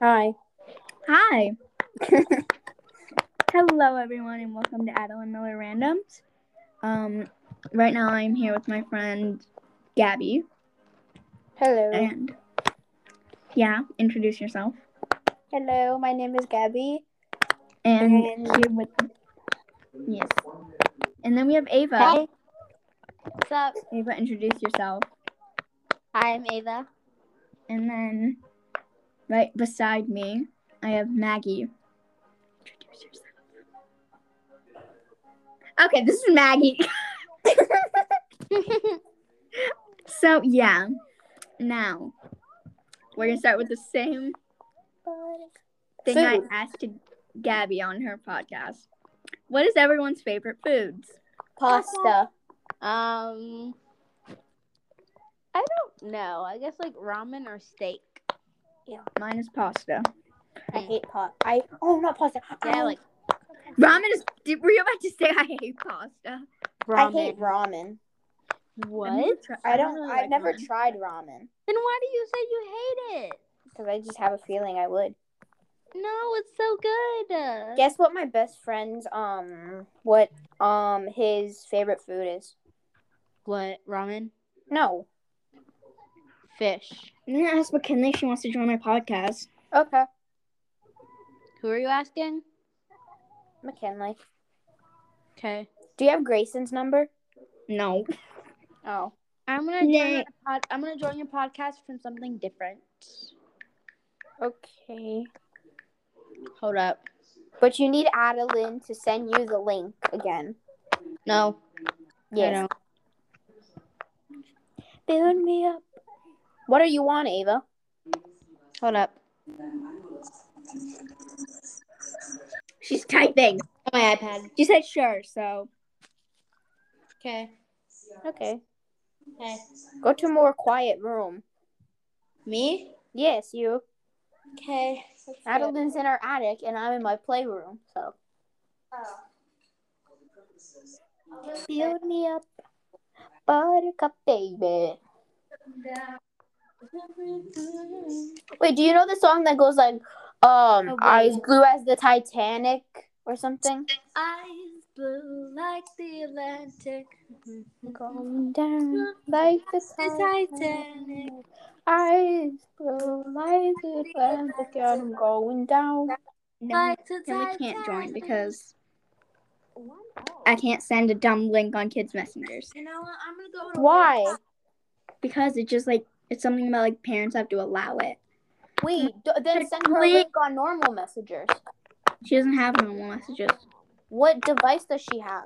Hi. Hi. Hello, everyone, and welcome to Adel and Miller Randoms. Um, right now, I'm here with my friend Gabby. Hello. And yeah, introduce yourself. Hello, my name is Gabby. And And- here with yes. And then we have Ava. Hi. What's up? Ava, introduce yourself. I'm Ava. And then right beside me, I have Maggie. Introduce yourself. Okay, this is Maggie. So yeah, now we're gonna start with the same thing I Food. asked to Gabby on her podcast. What is everyone's favorite foods? Pasta. um, I don't know. I guess like ramen or steak. Mine is pasta. I hate pasta. I oh not pasta. Yeah, I, like Ramen is. Did, were you about to say I hate pasta? I ramen. Mm-hmm. hate ramen. I've never what? tri- I don't. really I've like never ramen. tried ramen Then why do you say you hate it? because I just have a feeling I would. No, it's so good. Guess what? My best friend's um what um his favorite food is. What ramen? No. Fish. I'm gonna ask McKinley if she wants to join my podcast. Okay. Who are you asking? McKinley. Okay. Do you have Grayson's number? No. Oh. I'm gonna join Nay. your pod- I'm gonna join your podcast from something different. Okay. Hold up. But you need Adeline to send you the link again. No. Yes. I don't. Build me up. What are you on, Ava? Hold up. She's typing. On my iPad. She said sure. So Okay. Okay. Okay. Go to a more quiet room. Me? Yes, you. Okay. Adeline's in our attic, and I'm in my playroom. So. Oh. Build me up, buttercup baby. Wait, do you know the song that goes like, um, Oh, wait. eyes blue as the Titanic or something? Eyes blue like the Atlantic. Going down like the Titanic. Eyes blue like the Atlantic, and I'm going down. no, the and we can't join because I can't send a dumb link on kids' messengers. You know what? I'm gonna go. Why? because it's just like it's something about like parents have to allow it. Wait, d- then send her a link on normal messengers. She doesn't have normal messages What device does she have?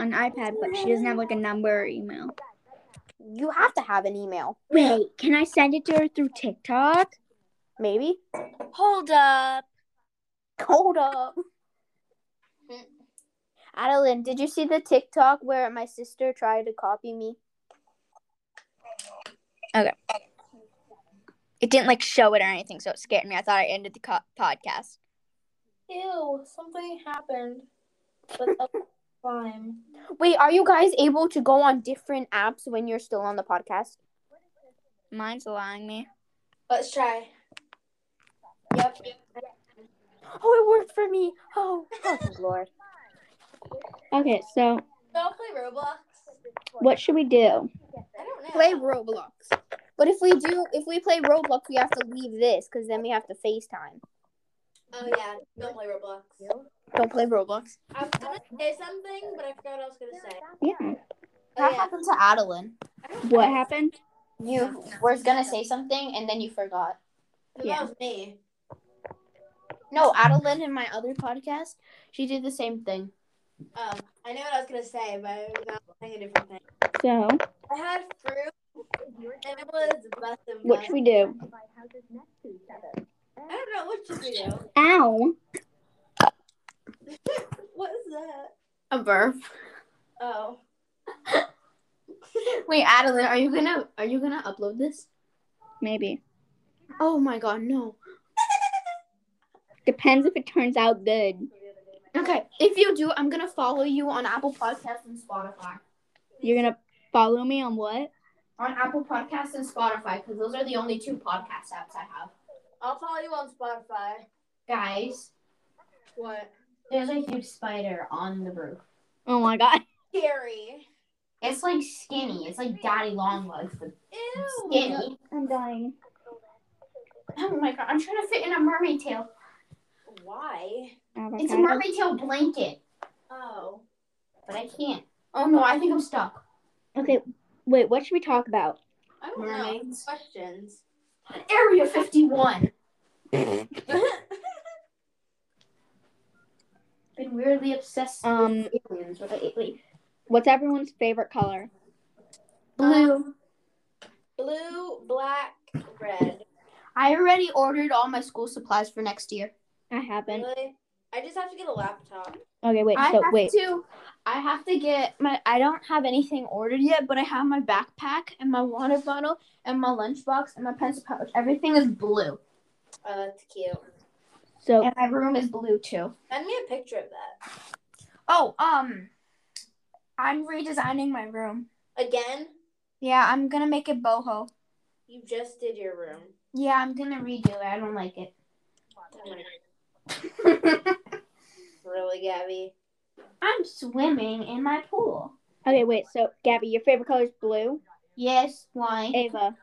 on iPad, but she doesn't have like a number or email. You have to have an email, Wait, can I send it to her through TikTok? maybe. Hold up. Hold up. Adeline, did you see the TikTok where my sister tried to copy me? It didn't like show it or anything, so it scared me. I thought I ended the co- podcast. Ew, something happened. But that's fine. Wait, are you guys able to go on different apps when you're still on the podcast? Mine's allowing me. Let's try. Yep. Oh, it worked for me. Oh, oh good lord. Okay, so Don't play Roblox. what should we do? I don't know. Play Roblox. But if we do, if we play Roblox, we have to leave this because then we have to FaceTime. Oh yeah, don't play Roblox. Don't play Roblox. I was gonna say something, but I forgot what I was gonna say. Yeah. That Oh, yeah. happened to Adeline. What happened? You were gonna say something and then you forgot. And Yeah. That was me. No, Adeline in my other podcast, she did the same thing. Oh, I know what I was gonna say, but I was saying a different thing. So I had fruit, and it was the best of what none. should we do? I don't know what should we do. Ow! What is that? A verb. Oh, Wait, Adeline, are you gonna are you gonna upload this? Maybe Oh my god, no. depends if it turns out good. Okay, if you do, I'm gonna follow you on Apple Podcasts and Spotify. You're gonna follow me on what? On Apple Podcasts and Spotify, because those are the only two podcast apps I have. I'll follow you on Spotify. Guys, What? there's a huge spider on the roof. Oh my god. Scary. It's like skinny. It's like daddy long legs, but Ew. skinny. I'm dying. Oh my Oh god, I'm trying to fit in a mermaid tail. Why? It's a mermaid tail blanket, Oh. but I can't. Oh no, I think I'm stuck. Okay, wait, what should we talk about? I don't know. Mermaids. Questions. Area 51. Been weirdly obsessed Um, with aliens lately. what's everyone's favorite color? Blue. Blue, black, red. I already ordered all my school supplies for next year. I haven't. Really? I just have to get a laptop. Okay, wait, I so have wait. to. I have to get my. I don't have anything ordered yet, but I have my backpack and my water bottle and my lunchbox and my pencil pouch. Everything is blue, Oh, that's cute. So, and my room is blue too. Send me a picture of that. Oh, um, I'm redesigning my room. Again? Yeah, I'm gonna make it boho. You just did your room. Oh Yeah, I'm gonna redo it. I don't like it. Really, Gabby? I'm swimming in my pool. okay, wait, so Gabby, your favorite color is blue. Yes, why? Ava,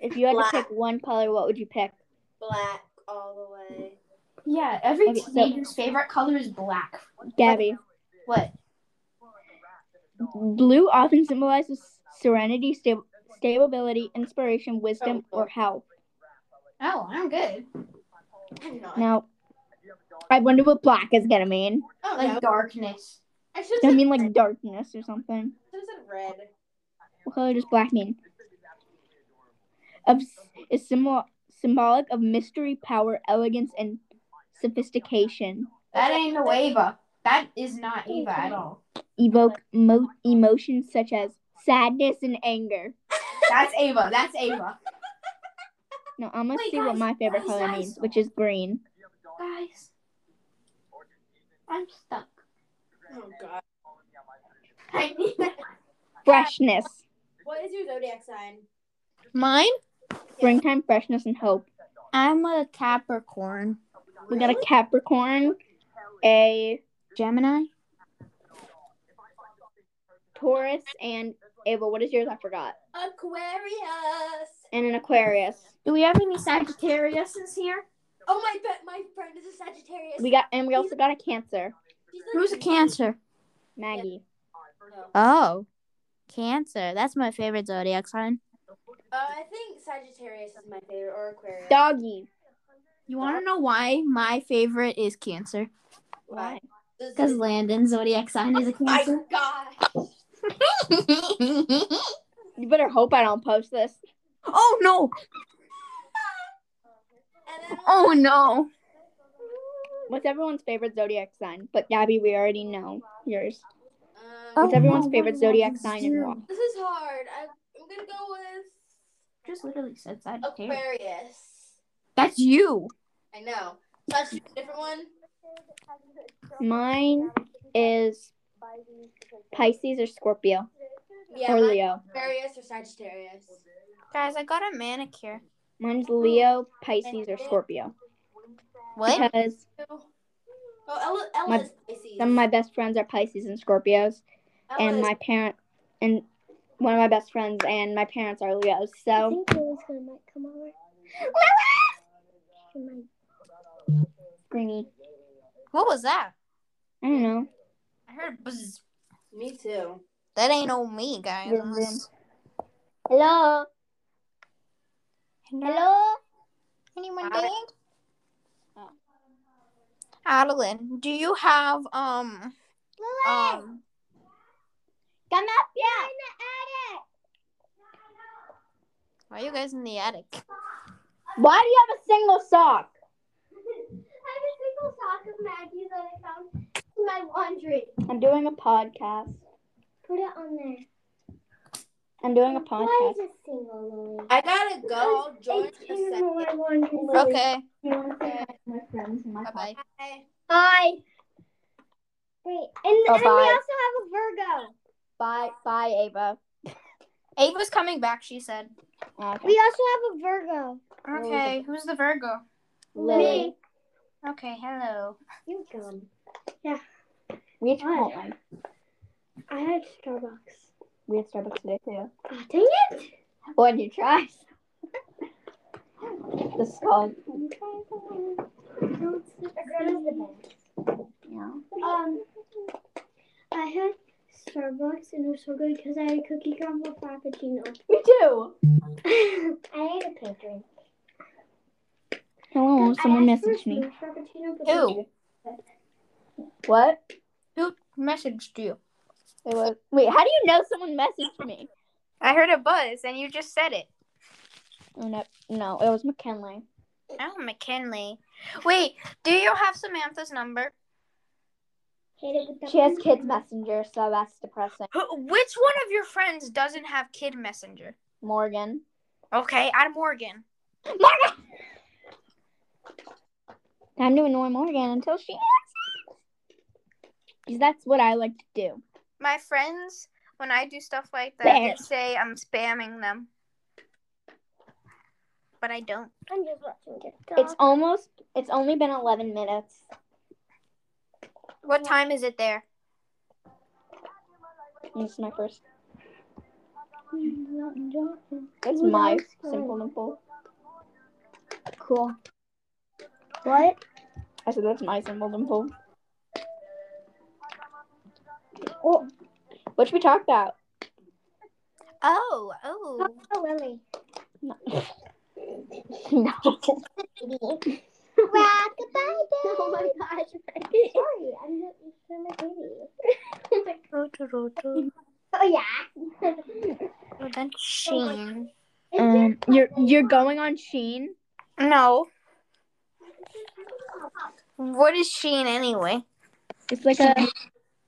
if you had Black. to pick one color, what would you pick? Black all the way. yeah, every Okay, so- teenager's favorite color is black. Gabby, What? blue often symbolizes serenity, sta- stability, inspiration, wisdom, or health. Oh, I'm good. I'm not. Now, I wonder what black is gonna mean. Oh, Like no. darkness. I should I have mean, like darkness or something. said red. What color does black mean? Of is symbol symbolic of mystery, power, elegance, and sophistication. That ain't no Ava. That is not Ava at all. Evoke mo- emotions such as sadness and anger. That's Ava. That's Ava. Now I'm gonna Wait, see what guys, my favorite guys, color guys. means, which is green. Guys, I'm stuck. Oh, God. I need Freshness, What is your zodiac sign? Mine? springtime freshness and hope. I'm a Capricorn. We got a Capricorn, a Gemini? Taurus, and Ava. What is yours? I forgot. Aquarius. And an Aquarius. Do we have any Sagittariuses here? Oh, my bet. My friend is a Sagittarius. We got and we also got a Cancer. She's like- Who's a Cancer? Maggie. Oh, Oh. Cancer. That's my favorite zodiac sign. Uh, I think Sagittarius is my favorite, or Aquarius. Doggy. You want to know why my favorite is Cancer? Why? This Because is- Landon's zodiac sign is a my Cancer. God. You better hope I don't post this. oh no! And then Oh no! What's everyone's favorite zodiac sign? But Gabby, we already know yours. Um, What's everyone's favorite zodiac sign and why? This is hard. I, I'm gonna go with Just literally said Sagittarius. Aquarius. That's you. I know. Such a different one. Mine is Pisces or Scorpio Yeah. or mine- Leo. Aquarius or Sagittarius. Guys, I got a manicure. Mine's Leo, Pisces, or Scorpio because Oh, Ella, Ella My- is Pisces. some of my best friends are Pisces and Scorpios, Ella and is- my parent and one of my best friends and my parents are Leos. So Greeny. What was that? I don't know. I heard buzz. Me too. That ain't on me, guys. Vroom, vroom. Hello. Hello. Anyone Hi. dead? Adeline, do you have um um Come up here. why are you guys in the attic? Why do you have a single sock? I have a single sock of Maggie's that I found in my laundry. I'm doing a podcast. Put it on there. I'm doing a podcast. I gotta go. I'll join in a second. Okay. Okay. My friends and my Bye bye. Bye. Hi. Wait, and, Oh, and we bye. also have a Virgo. Bye, bye, Ava. Ava's coming back, she said. Okay. We also have a Virgo. Okay, who's the Virgo? Lily. Okay, hello. You dumb. We had What? Chipotle. I had Starbucks. We had Starbucks today too. Ah, dang it! What did you try? the skull. Yeah. Um, I had Starbucks and it was so good because I had a cookie crumble frappuccino. Me too. I ate a pink drink. Hello, Oh, someone I asked for messaged me. smooth Frappuccino, but Who? they- What? Who messaged you? It was Wait, how do you know someone messaged me? I heard a buzz and you just said it. oh, no, no, it was McKinley. Oh, McKinley. Wait, do you have Samantha's number? Hit it with the She has kids messenger, so that's depressing. Who, which one of your friends doesn't have Kid Messenger? Morgan. Okay, I'm Morgan. Time to annoy Morgan until she answers. Because that's what I like to do. My friends, when I do stuff like that, There. they say I'm spamming them. But I don't. I'm just watching TikTok. It's almost. It's only been eleven minutes. What time is it there? It's my first. It's my simple nipple. Cool. What? I said that's my simple dimple. Oh. What should we talk about? Oh, oh. Oh, Lily. No. no. Rock goodbye, baby. Oh my gosh. Sorry, I'm not I'm a baby. Oh yeah. That's Sheen. Um, you're you're going on Sheen. No. Oh, What is Sheen anyway? It's like a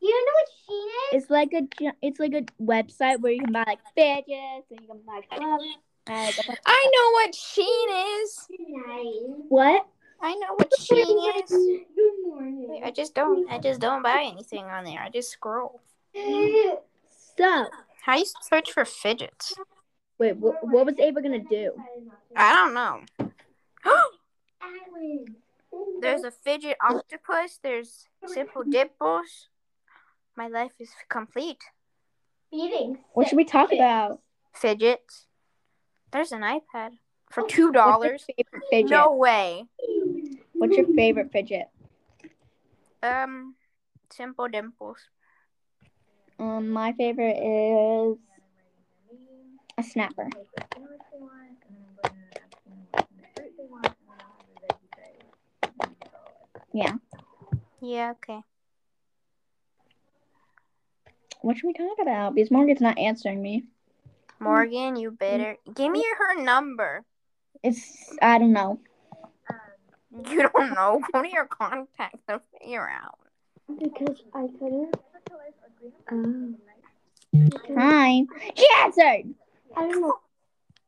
You know what she is? it's like a ju- it's like a website where you can buy like fidgets and you can buy gloves. and, like, I know what Sheen is. Nice. what? I know what Sheen is. Good morning. I just don't. I just don't buy anything on there. I just scroll. So How do you search for fidgets? wait, wh- what was Ava gonna do? I don't know. Alan. There's a fidget octopus. There's simple dimples. My life is complete. Beating. What should we talk about? Fidgets. There's an iPad for two dollars. Favorite fidget. No way. What's your favorite fidget? Um, simple dimples. Um, my favorite is a snapper. Yeah. Yeah. Okay. What should we talk about? Because Morgan's not answering me. Morgan, you better give me her number. It's I don't know. You don't know. Go to your contacts and figure out. Because I couldn't. Oh. Hi. She answered. I don't know.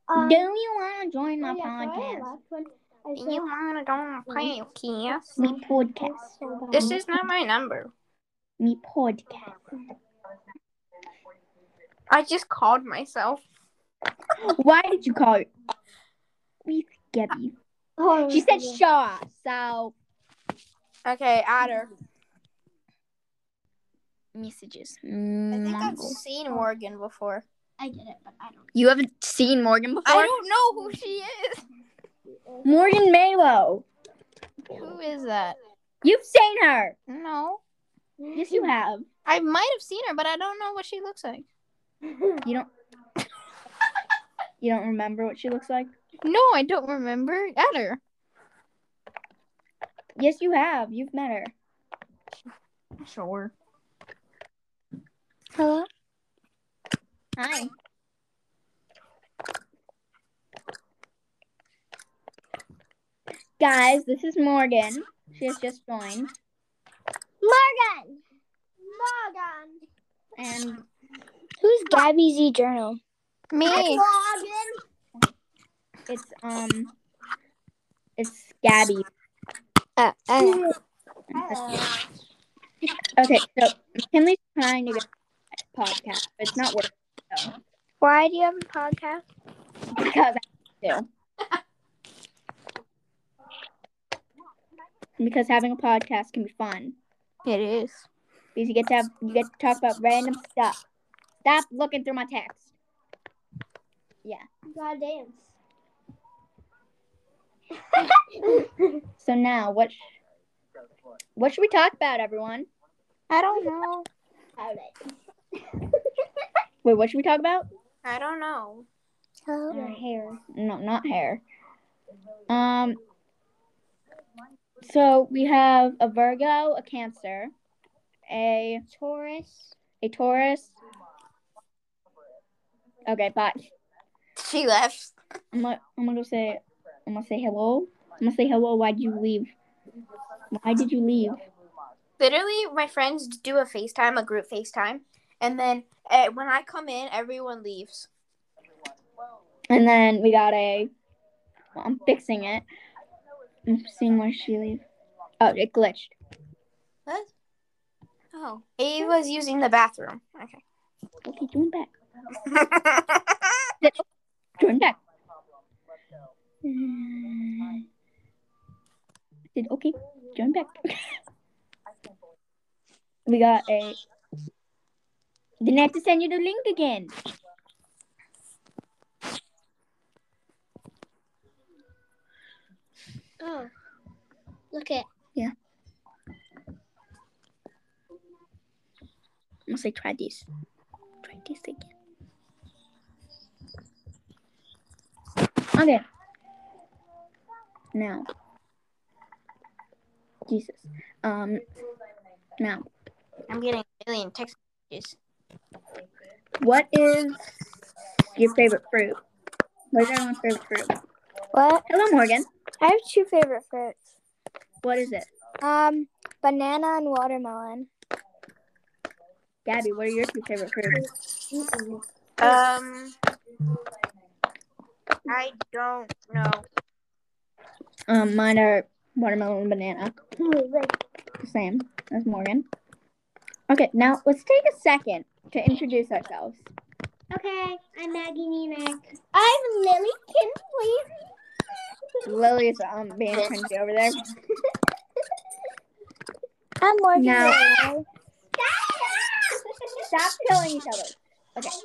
Um, Do you want to join my oh, yeah, so I podcast? left when I said- You wanna go on a play, yes? Me podcast. This is not my number. Me podcast. I just called myself. Why did you call her? We Gabby. Oh, She said yeah. Shaw. So Okay, Adder. messages. I think I've Mongo. seen Morgan before. I did it, but I don't. You haven't seen Morgan before. I don't know who she is. Morgan Malo. Who is that? You've seen her. No. Yes, Hmm. you have. I might have seen her, but I don't know what she looks like. You don't. you don't remember what she looks like? No, I don't remember Adder. Yes, you have. You've met her. Sure. Hello? Hi. Guys, this is Morgan. She has just joined. Morgan. Morgan. And Who's Gabby Z Journal? Me. Morgan. it's, um, it's Gabby. Uh, uh, Okay, so McKinley's trying to get a podcast, but it's not working. So. why do you have a podcast? Because I do. because having a podcast can be fun It is. because you get to have you get to talk about random stuff. Stop looking through my text. You gotta dance. So now, what sh- what should we talk about, everyone? I don't know. Alright. Wait, what should we talk about? I don't know. Um, Your hair. No, not hair. Um. So we have a Virgo, a Cancer, a Taurus, a Taurus. Okay, bye. She left. I'm gonna, I'm gonna say I'm gonna say hello. I'm gonna say hello. Why did you leave? Why did you leave? Literally, my friends do a FaceTime, a group FaceTime, and then uh, when I come in, everyone leaves. And then we got a. Well, I'm fixing it. I'm seeing where she leave. Oh, it glitched. Oh. Ava's using the bathroom. Okay. Okay, join back. Join back. Uh, Did okay. Join back. we got a. Didn't I have to send you the link again. Oh. Look at I'm gonna say try this. Try this again. Okay. Now. Jesus. Um. Now, I'm getting a million text messages. what is your favorite fruit? What is everyone's favorite fruit? What? Hello, Morgan. I have two favorite fruits. What is it? Um, banana and watermelon. Gabby, what are your two favorite fruits? Um, I don't know. Um, mine are watermelon and banana. Wait, wait. the same as Morgan. Okay, now let's take a second to introduce ourselves. Okay, I'm Maggie Neenack. I'm Lily Kinsley. Lily's um being cringy over there. I'm Morgan. No. Bailey. Stop killing each other. I'm Okay.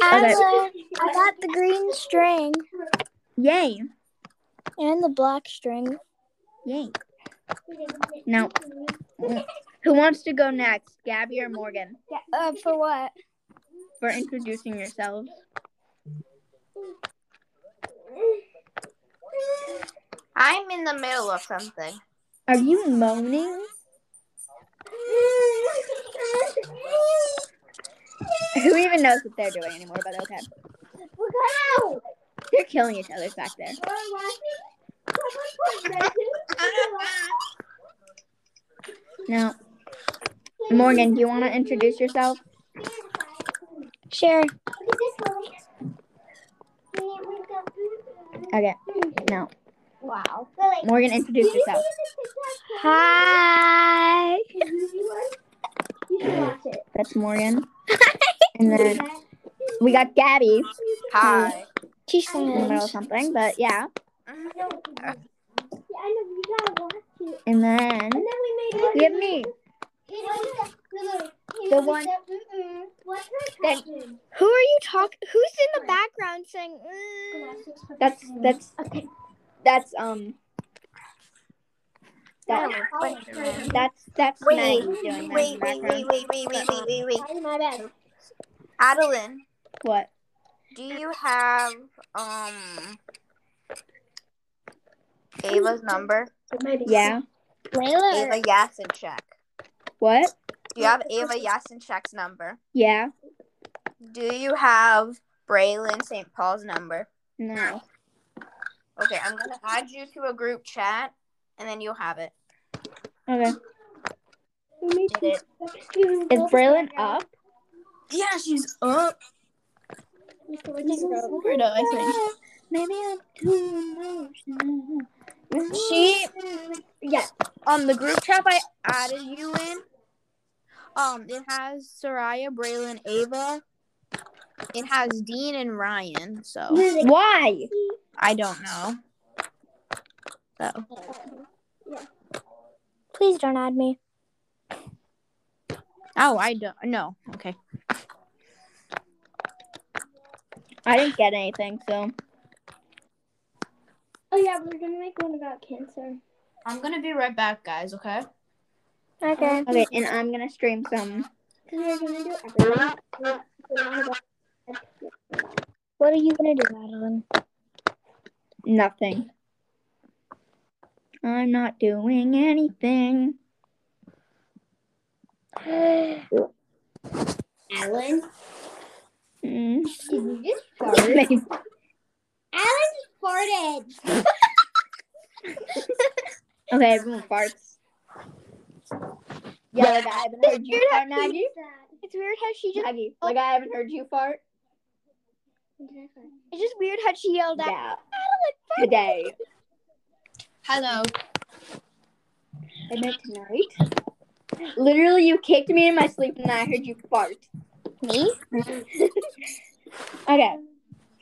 a- I got the green string Yay! and the black string. Yay! Now, who wants to go next, Gabby or Morgan, Uh, for what? for introducing yourselves? I'm in the middle of something. Are you moaning? Who even knows what they're doing anymore? But okay, Wow! they're killing each other back there. We're watching. Someone put Resident Evil on. Now, Morgan, do you want to introduce yourself? Uh, Sure. Look at this one. Wait, we got- Okay, now Wow. Lily. Morgan, introduce yourself. Hi. That's Morgan. and then we got Gabby. Hi. She's in the middle of something, but yeah. And then we have me. The one- What's That- my question? Who are you talk? Who's in the background saying? Mm? That's that's that's um Oh, that, that's that's Wait, Maggie doing that in Wait, the wait, background. wait, wait, wait, wait, wait, wait, wait. Sorry, my bad. Adeline, What? do you have um Ava's number? Yeah. Ava Yasinchek. What? Do you have Ava Yasinchek's number? Yeah. Do you have Braylon St. Paul's number? No. Okay, I'm gonna add you to a group chat, and then you'll have it. Okay. Did it? Is Braylon up? Yeah, she's up. Weirdo, I think. Maybe I'm too emotional. She Um, the group chat I added you in, um, it has Soraya, Braylon, Ava. It has Dean and Ryan. So Why? I don't know. though. Please don't add me. Oh, I don't. No. Okay. I didn't get anything, so Oh yeah, we're gonna make one about cancer. I'm gonna be right back, guys. Okay. Okay. okay. And I'm gonna stream some. we we're gonna do everything. What are you gonna do, Madeline? Nothing. I'm not doing anything. Alan, Mm. did you just fart? Alan just farted. okay, everyone farts. Yeah, like I haven't heard you fart, Maggie. It's weird how she just. Maggie, like I haven't heard you fart. It's just weird how she yelled out. Yeah. Today. Hello. And then tonight. Literally, you kicked me in my sleep, and I heard you fart. Me? Okay.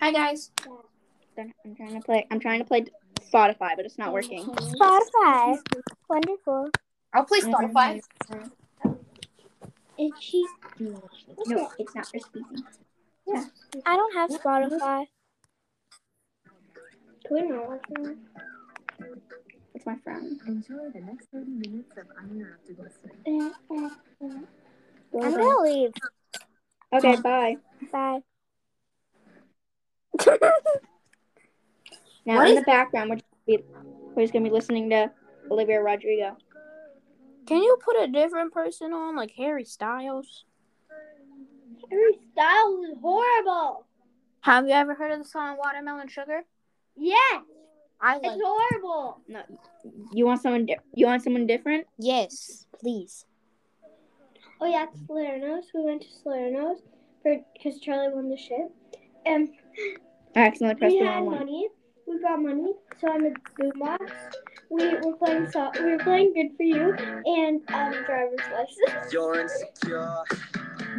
Hi guys. I'm I'm trying to play. I'm trying to play Spotify, but it's not working. Spotify. Wonderful. I'll play Spotify. Is she? No, it's not for speaking. I don't have Spotify. Can we not watch that? It's my friend. Enjoy the next 30 minutes of uninterrupted listening. I'm gonna leave. Okay, bye. Bye. Now in the background, we're just, gonna be, we're just gonna be listening to Olivia Rodrigo. Can you put a different person on, like Harry Styles? Harry Styles is horrible. Have you ever heard of the song Watermelon Sugar? Yes, I like. it's horrible. You want someone? Di- you want someone different? Yes, please. Oh yeah, it's Salernos. We went to Salernos for because Charlie won the ship, and I accidentally pressed we the had wrong one. money. We got money, so on the boombox, we were playing so we were playing "Good for You" and um, "Driver's License." You're insecure.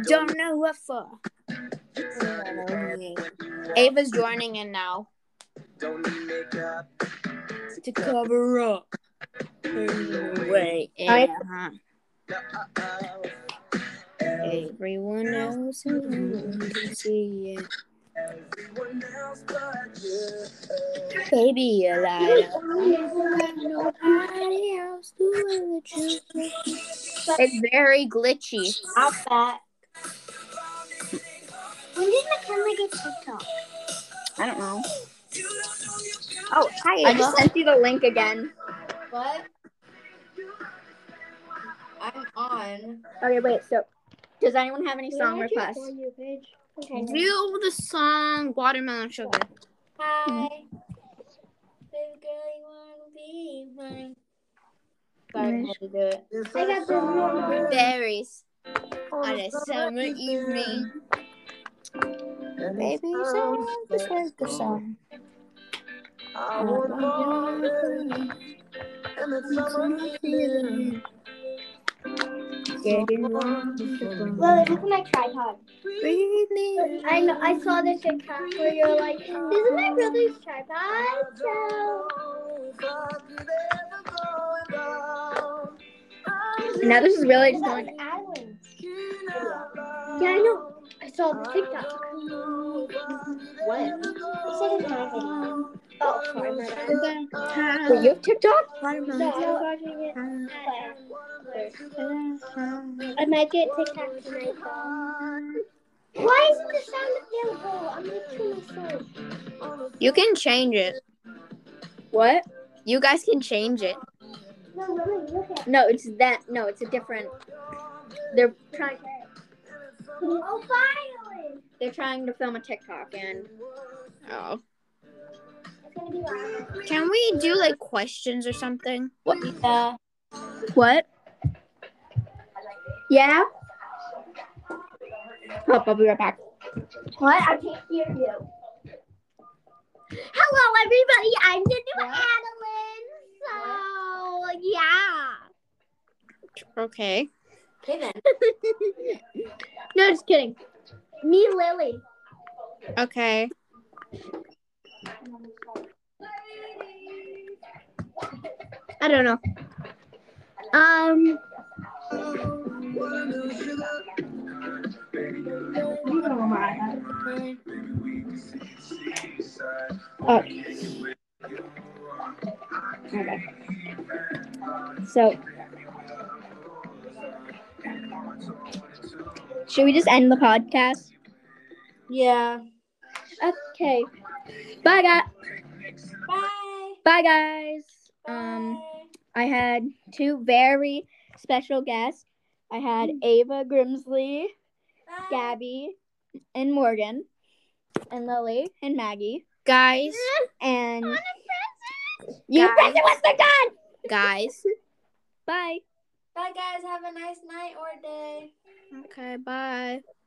Don't know what for. You turn it up when you walk. Ava's joining in now Don't need makeup to cover up. Wait, I- uh-huh. Uh-oh. everyone else in the room can see it. Everyone else but you. Baby, you lied. It's very glitchy. I'll bet. When did McKinley get TikTok? I don't know. Oh, hi I just sent you the link again. What? I'm on. Okay, wait. So, does anyone have any song Where did you requests? find your page? Okay. Do the song Watermelon Sugar. Hi. Baby girl, you wanna be mine? Sorry, I had to do it. I got the wrong page. Berries on a summer evening. Baby, you just like the song. I was born in- and it's summer feeling. Getting Lily, look at my tripod. Breathe me. I know. I saw this TikTok where you're like, "This is my brother's tripod." So Now this is really just that was going. Alan's. Yeah, I know. I saw the TikTok. Oh, What? It's like a comedy. Oh, sorry, my bad. Wait, you have TikTok? No, I was watching it at- I might get TikTok tonight though. Why isn't the sound available? I'm gonna kill myself. You can change it. What? You guys can change it. No, Lily, look at it. No, it's that. No, it's a different. They're trying. Oh, finally! They're trying to film a TikTok, and Oh. It's gonna be loud. Can we do like questions or something? What the? what? Yeah. Oh, I'll be right back. What? I can't hear you. Hello, everybody. I'm the new Adeline. So, yeah. Okay. Okay then. No, just kidding. Me, Lily. Okay. I don't know. Um. Okay. So, should we just end the podcast? Yeah. Okay. Bye, guys. Bye, guys. Um, I had two very special guests. I had Mm. Ava Grimsley, Gabby, and Morgan, and Lily and Maggie, Guys, and you Guys. present was the gun. guys. Bye. Bye, guys. Have a nice night or day. Okay, bye.